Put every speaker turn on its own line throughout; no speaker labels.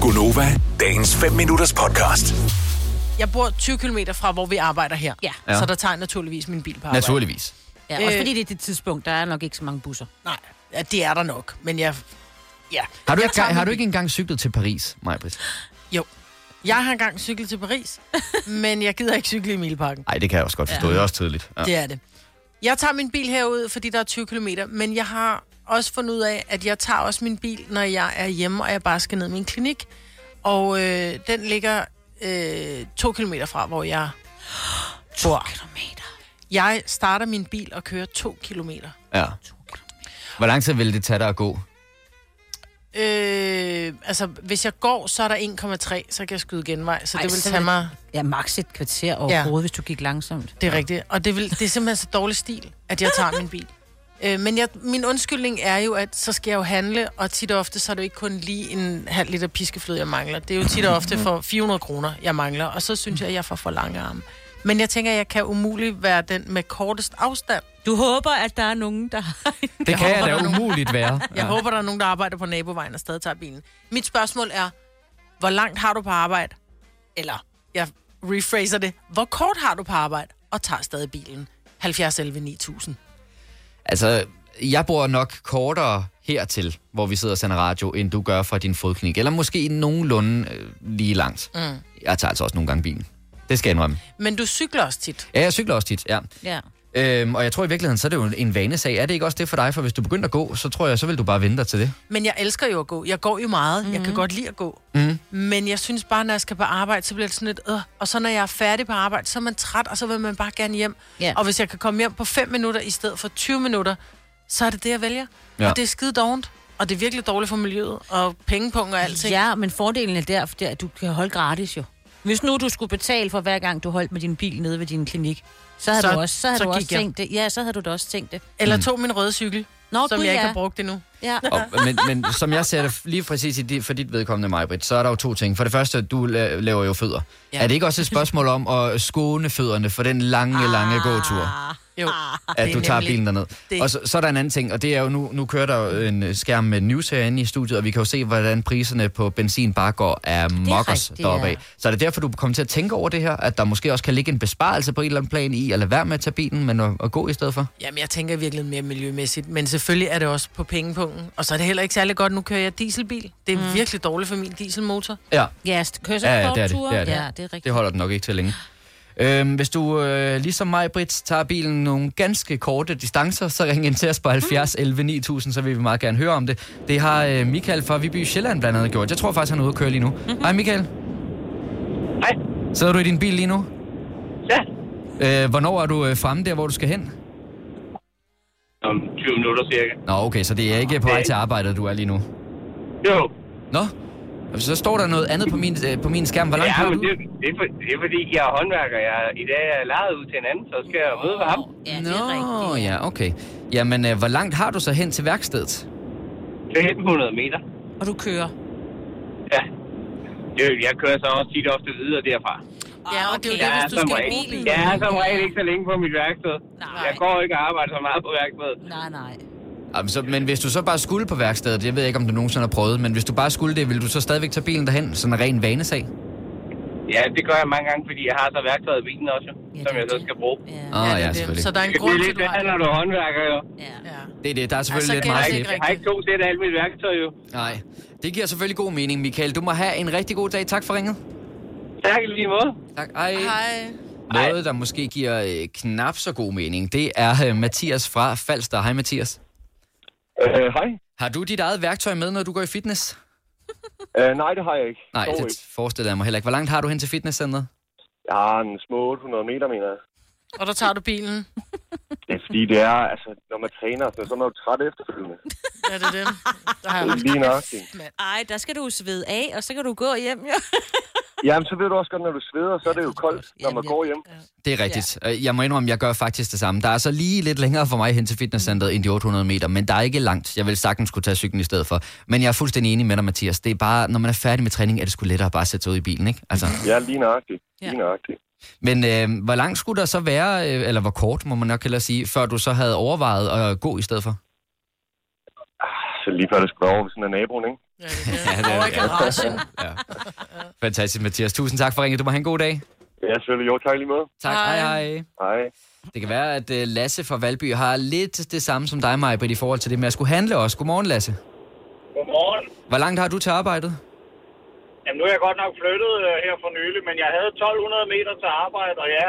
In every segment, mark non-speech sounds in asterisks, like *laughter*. Gunova, dagens 5 minutters podcast.
Jeg bor 20 km fra, hvor vi arbejder her.
Ja.
Så der tager jeg naturligvis min bil på arbejde.
Naturligvis.
Ja, også
Øh.
fordi det er det tidspunkt, der er nok ikke så mange busser.
Nej, ja, det er der nok. Men jeg... Ja.
Har du,
jeg
ikke,
tager
har
min
du ikke engang cyklet til Paris, Majbrit?
bil. Jo. Jeg har engang cyklet til
*laughs*
Paris, men jeg gider ikke cykle i Milparken.
Nej, det kan jeg også godt forstå. Ja. Det er også tidligt. Ja.
Det er det. Jeg tager min bil herud, fordi der er 20 km, men jeg har også fundet ud af, at jeg tager også min bil, når jeg er hjemme, og jeg bare skal ned i min klinik. Og øh, den ligger øh, to kilometer fra, hvor jeg bor.
Kilometer.
Jeg starter min bil og kører to kilometer.
ja. Hvor lang tid ville det tage dig at gå?
Øh, altså, hvis jeg går, så er der 1,3, så kan jeg skyde genvej, så Ej,
Ej,
det vil
så
tage
vil-
mig...
Ja, maks et kvarter overhovedet, ja. hvis du gik langsomt.
Det er rigtigt. Og det, vil, det er simpelthen så dårlig stil, at jeg tager min bil. Øh, men jeg, min undskyldning er jo, at så skal jeg jo handle, og tit og ofte, så er det jo ikke kun lige en halv liter piskefløde, jeg mangler. Det er jo tit og ofte for 400 kroner, jeg mangler, og så synes jeg, at jeg får for lange arme. Men jeg tænker, at jeg kan umuligt være den med kortest afstand.
Du håber, at der er nogen, der har...
Det jeg kan
håber,
jeg
der er
da
nogen-
umuligt være.
*laughs* Jeg ja. håber, der er nogen, der arbejder på nabovejen og stadig tager bilen. Mit spørgsmål er, hvor langt har du på arbejde? Eller, jeg rephraser det, hvor kort har du på arbejde og tager stadig bilen? 70 11 9000.
Altså, jeg bor nok kortere hertil, hvor vi sidder og sender radio, end du gør fra din fodklinik. Eller måske nogenlunde øh, lige langt. Mm. Jeg tager altså også nogle gange bilen. Det skal jeg indrømme.
Men du cykler også tit.
Ja, jeg cykler også tit, ja.
Ja.
Øhm, og jeg tror i virkeligheden, så er det jo en vanesag. Er det ikke også det for dig? For hvis du begynder at gå, så tror jeg, så vil du bare vente dig til det.
Men jeg elsker jo at gå. Jeg går jo meget. Mm-hmm. Jeg
Mhm.
kan godt lide at gå. Mm-hmm. Men jeg synes bare, når jeg skal på arbejde, så bliver det sådan lidt... Øh. Og så når jeg er færdig på arbejde, så er man træt, og så vil man bare gerne hjem.
Ja.
Og hvis jeg kan komme hjem på 5 minutter i stedet for 20 minutter, så er det det, jeg vælger. Ja.
Ja.
Og det er skide dovent. Og det er virkelig dårligt for miljøet, og pengepunkter og alting.
ja, men fordelen er der, for det er, at du kan holde gratis jo. Hvis nu du skulle betale for hver gang, du holdt med din bil nede ved din klinik, så havde
Så-
du også, så havde
så
du også
gik jeg.
tænkt det. Ja, så havde du da også tænkt det.
Eller tog min røde cykel, Nå,
Mm. Nå,
som
gud,
jeg ikke
ja.
har brugt endnu.
Ja.
Og, men, men som jeg ser det lige præcis i dit, for dit vedkommende, Majbrit, så er der jo to ting. For det første, du la- laver jo fødder.
Ja.
Ja. Er det ikke også et spørgsmål om at skåne fødderne for den lange,
Ah,
lange gåtur,
Jo.
at du tager
nemlig
bilen derned?
det.
Og så, så er der en anden ting, og det er jo, nu, nu kører der jo en øh, skærm med news herinde i studiet, og vi kan jo se, hvordan priserne på benzin bare går af mokkers
rigtigt,
deroppe
ja.
af. Så er det derfor, du kommer til at tænke over det her, at der måske også kan ligge en besparelse på et eller andet plan i, at lade være med at tage bilen, men at, at gå i stedet for?
Jamen, jeg tænker virkelig mere miljømæssigt, men selvfølgelig er det også på pengepunkten. Og så er det heller ikke særlig godt, nu kører jeg dieselbil. Det er mm. virkelig dårligt for min dieselmotor.
Ja.
Ja, altså, st- kører så
Ja,
ja,
ja,
ja,
det er det, det er det.
Ja, det er rigtigt.
Det holder den nok ikke til længe. Øhm, hvis du, øh, ligesom mig, Britt, tager bilen nogle ganske korte distancer, så ring ind til os på
Mm.
70 11 9000, så vil vi meget gerne høre om det. Det har øh, Michael fra Viby Sjælland blandt andet gjort. Jeg tror faktisk, han er ude at køre lige nu.
Mhm.
Mm-hmm. Hej Michael,
Hej.
sidder du i din bil lige nu?
Ja.
Øh, hvornår er du øh, fremme der, hvor du skal hen?
Om 20 minutter cirka.
Nå, okay, så det er ikke på
Øh.
vej til arbejdet, du er lige nu.
Jo.
Nå, så står der noget andet på min, øh, på min skærm. Hvor langt
Ja,
kører
men
du?
det, det, er for, det er fordi, jeg er håndværker. Jeg, er- I dag er jeg lejet ud til en anden, så skal jeg møde ved ham.
Ja, det er
Nå,
rigtigt.
ja, okay. Jamen, øh, hvor langt har du så hen til værkstedet?
1500 meter.
Og du kører.
Ja. Jo, jeg kører så også tit ofte videre derfra.
Ja, og det er jo
okay.
det,
Jeg er
hvis du
som
skal i
regel,
bilen.
jeg er som regel ikke så længe på mit værksted.
Nej.
Jeg går ikke og arbejder så meget på værkstedet.
Nej, nej.
Jamen, så, men hvis du så bare skulle på værkstedet, jeg ved ikke, om du nogensinde har prøvet, men hvis du bare skulle det, ville du så stadigvæk tage bilen derhen, sådan en ren vanesag?
Ja, det gør jeg mange gange, fordi jeg har så værkstedet i bilen også,
Ja,
ja, som
det er
jeg så
det.
skal bruge.
Ja.
Åh,
det
ja,
er
Ah, ja,
det.
selvfølgelig.
Så der er en
Det
grund
bliver
til,
lidt
du har det.
bedre, når du er håndværker, jo.
ja.
Ja.
Det er det. Der er
Altså,
selvfølgelig lidt
kan
meget
jeg
slip.
ikke
Jeg har ikke to sæt af alt mit værktøj, jo.
Nej. Det giver selvfølgelig god mening, Michael. Du må have en rigtig god dag. Tak for ringet.
Tak i lige måde.
Tak. Ej.
Hej.
Noget, der måske giver øh, knap så god mening, det er øh, Mathias fra Falster. Hej, Mathias.
Øh, hej.
Har du dit eget værktøj med, når du går i fitness?
Øh, nej, det har jeg ikke.
Nej,
Dog
det
ikke.
forestiller jeg mig heller ikke. Hvor langt har du hen til fitnesscenteret?
Jeg har en små 800 meter, mener jeg.
Og der tager du bilen.
Det er fordi, det er, altså, når man træner, og sådan noget, så er man jo træt efterfølgende.
*laughs* Ja, det er det. Der har jeg
Det er lige nok. det.
Ej, der skal du svede af, og så kan du gå hjem, ja.
Jamen, så ved du også godt, når du sveder, så er det jo koldt, når man går hjem.
Det er rigtigt. Ja. Jeg må indrømme, jeg gør faktisk det samme. Der er så lige lidt længere for mig hen til fitnesscenteret end de 800 meter, men der er ikke langt. Jeg vil sagtens kunne tage cyklen i stedet for. Men jeg er fuldstændig enig med dig, Mathias. Det er bare, når man er færdig med træning, er det sgu lettere bare at sætte sig ud i bilen, ikke? Altså.
Ja, lige nøjagtigt.
Ja.
Lige nøjagtigt.
Men øh, hvor langt skulle der så være, øh, eller hvor kort må man nok hellere sige, før du så havde overvejet at gå i stedet for?
Så lige før det skulle over ved sådan en naboen, ikke?
Ja, det er det. Over i garagen.
Ja. Fantastisk, Mathias. Tusind tak for ringet. Du må have en god dag.
Ja, selvfølgelig. Jo, tak lige måde.
Tak. Hej,
Hej.
hej.
Hej.
Det kan være, at øh, Lasse fra Valby har lidt det samme som dig, Maja, i forhold til det med at skulle handle også. Godmorgen, Lasse.
Godmorgen.
Hvor langt har du til arbejdet?
Jamen, nu er jeg godt nok flyttet øh, her for nylig, men jeg havde 1200 meter til arbejde, og ja,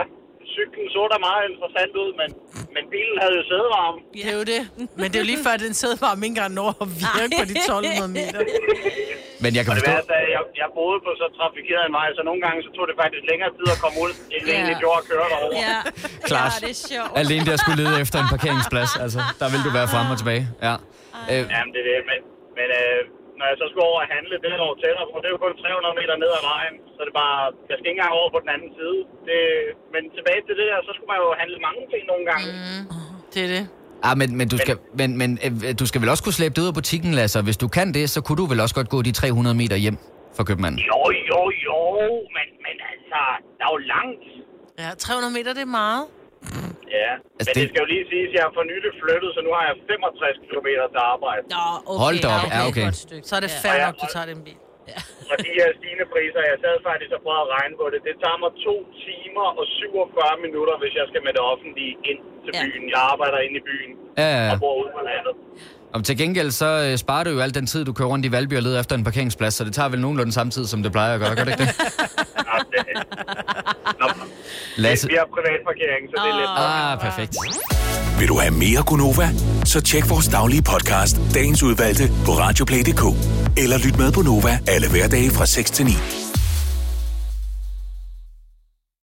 cyklen så da meget interessant ud, men, men bilen havde jo sædevarme.
Det er jo det. Men det er jo lige før, at den sidder bare ikke engang når at virke på de 1200 *laughs* meter.
Men jeg kan
Det
forstå...
værste er, at øh, jeg, jeg boede på så trafikeret en vej, så nogle gange så tog det faktisk længere tid at komme ud, end jeg
Ja.
egentlig gjorde at køre derover.
*laughs* Ja,
Klart.
ja det er sjovt.
Alene det at skulle lede efter en parkeringsplads, altså, der vil du være frem og tilbage. Ja. Øh,
Jamen, det er det. Men, men øh, når jeg så skulle over og handle, det er over tættere på. Det er jo kun 300 meter ned ad vejen, så det er bare... Jeg skal ikke engang over på den anden side. Det, men tilbage til det der, så skulle man jo handle mange ting nogle gange. Mm.
Det er det.
ah, men, men, du skal, men, men øh, du skal vel også kunne slæbe det ud af butikken, Lasse, og hvis du kan det, så kunne du vel også godt gå de 300 meter hjem for købmanden.
Jo, jo, jo, men, men altså, der er jo langt.
Ja, 300 meter, det er meget.
Ja,
Altså,
altså, men det...
det-
det skal jo lige siges, at jeg har for nylig flyttet, så nu har jeg 65 km til arbejde.
Nå, okay.
Hold da op.
okay,
Ja, okay.
Godt stykke.
Så er det
ja.
fair nok, du tager den bil.
Og de her stigende priser, jeg sad faktisk og prøvede at regne på det, det tager mig 2 timer og 47 minutter, hvis jeg skal med det offentlige ind til
Ja.
byen. Jeg arbejder inde i byen
Ja, ja.
og bor ude på landet.
Og til gengæld, så øh, sparer du jo al den tid, du kører rundt i Valby og leder efter en parkeringsplads, så det tager vel nogenlunde samme tid, som det plejer at gøre, gør det
*laughs*
ikke det?
Nå, det, Nå,
Lasse.
vi har privatparkering, så det er lidt...
Ah, perfekt.
Vil du have mere Gunova? Så tjek vores daglige podcast, dagens udvalgte, på radioplay.dk. Eller lyt med på Nova alle hverdage fra 6 til 9.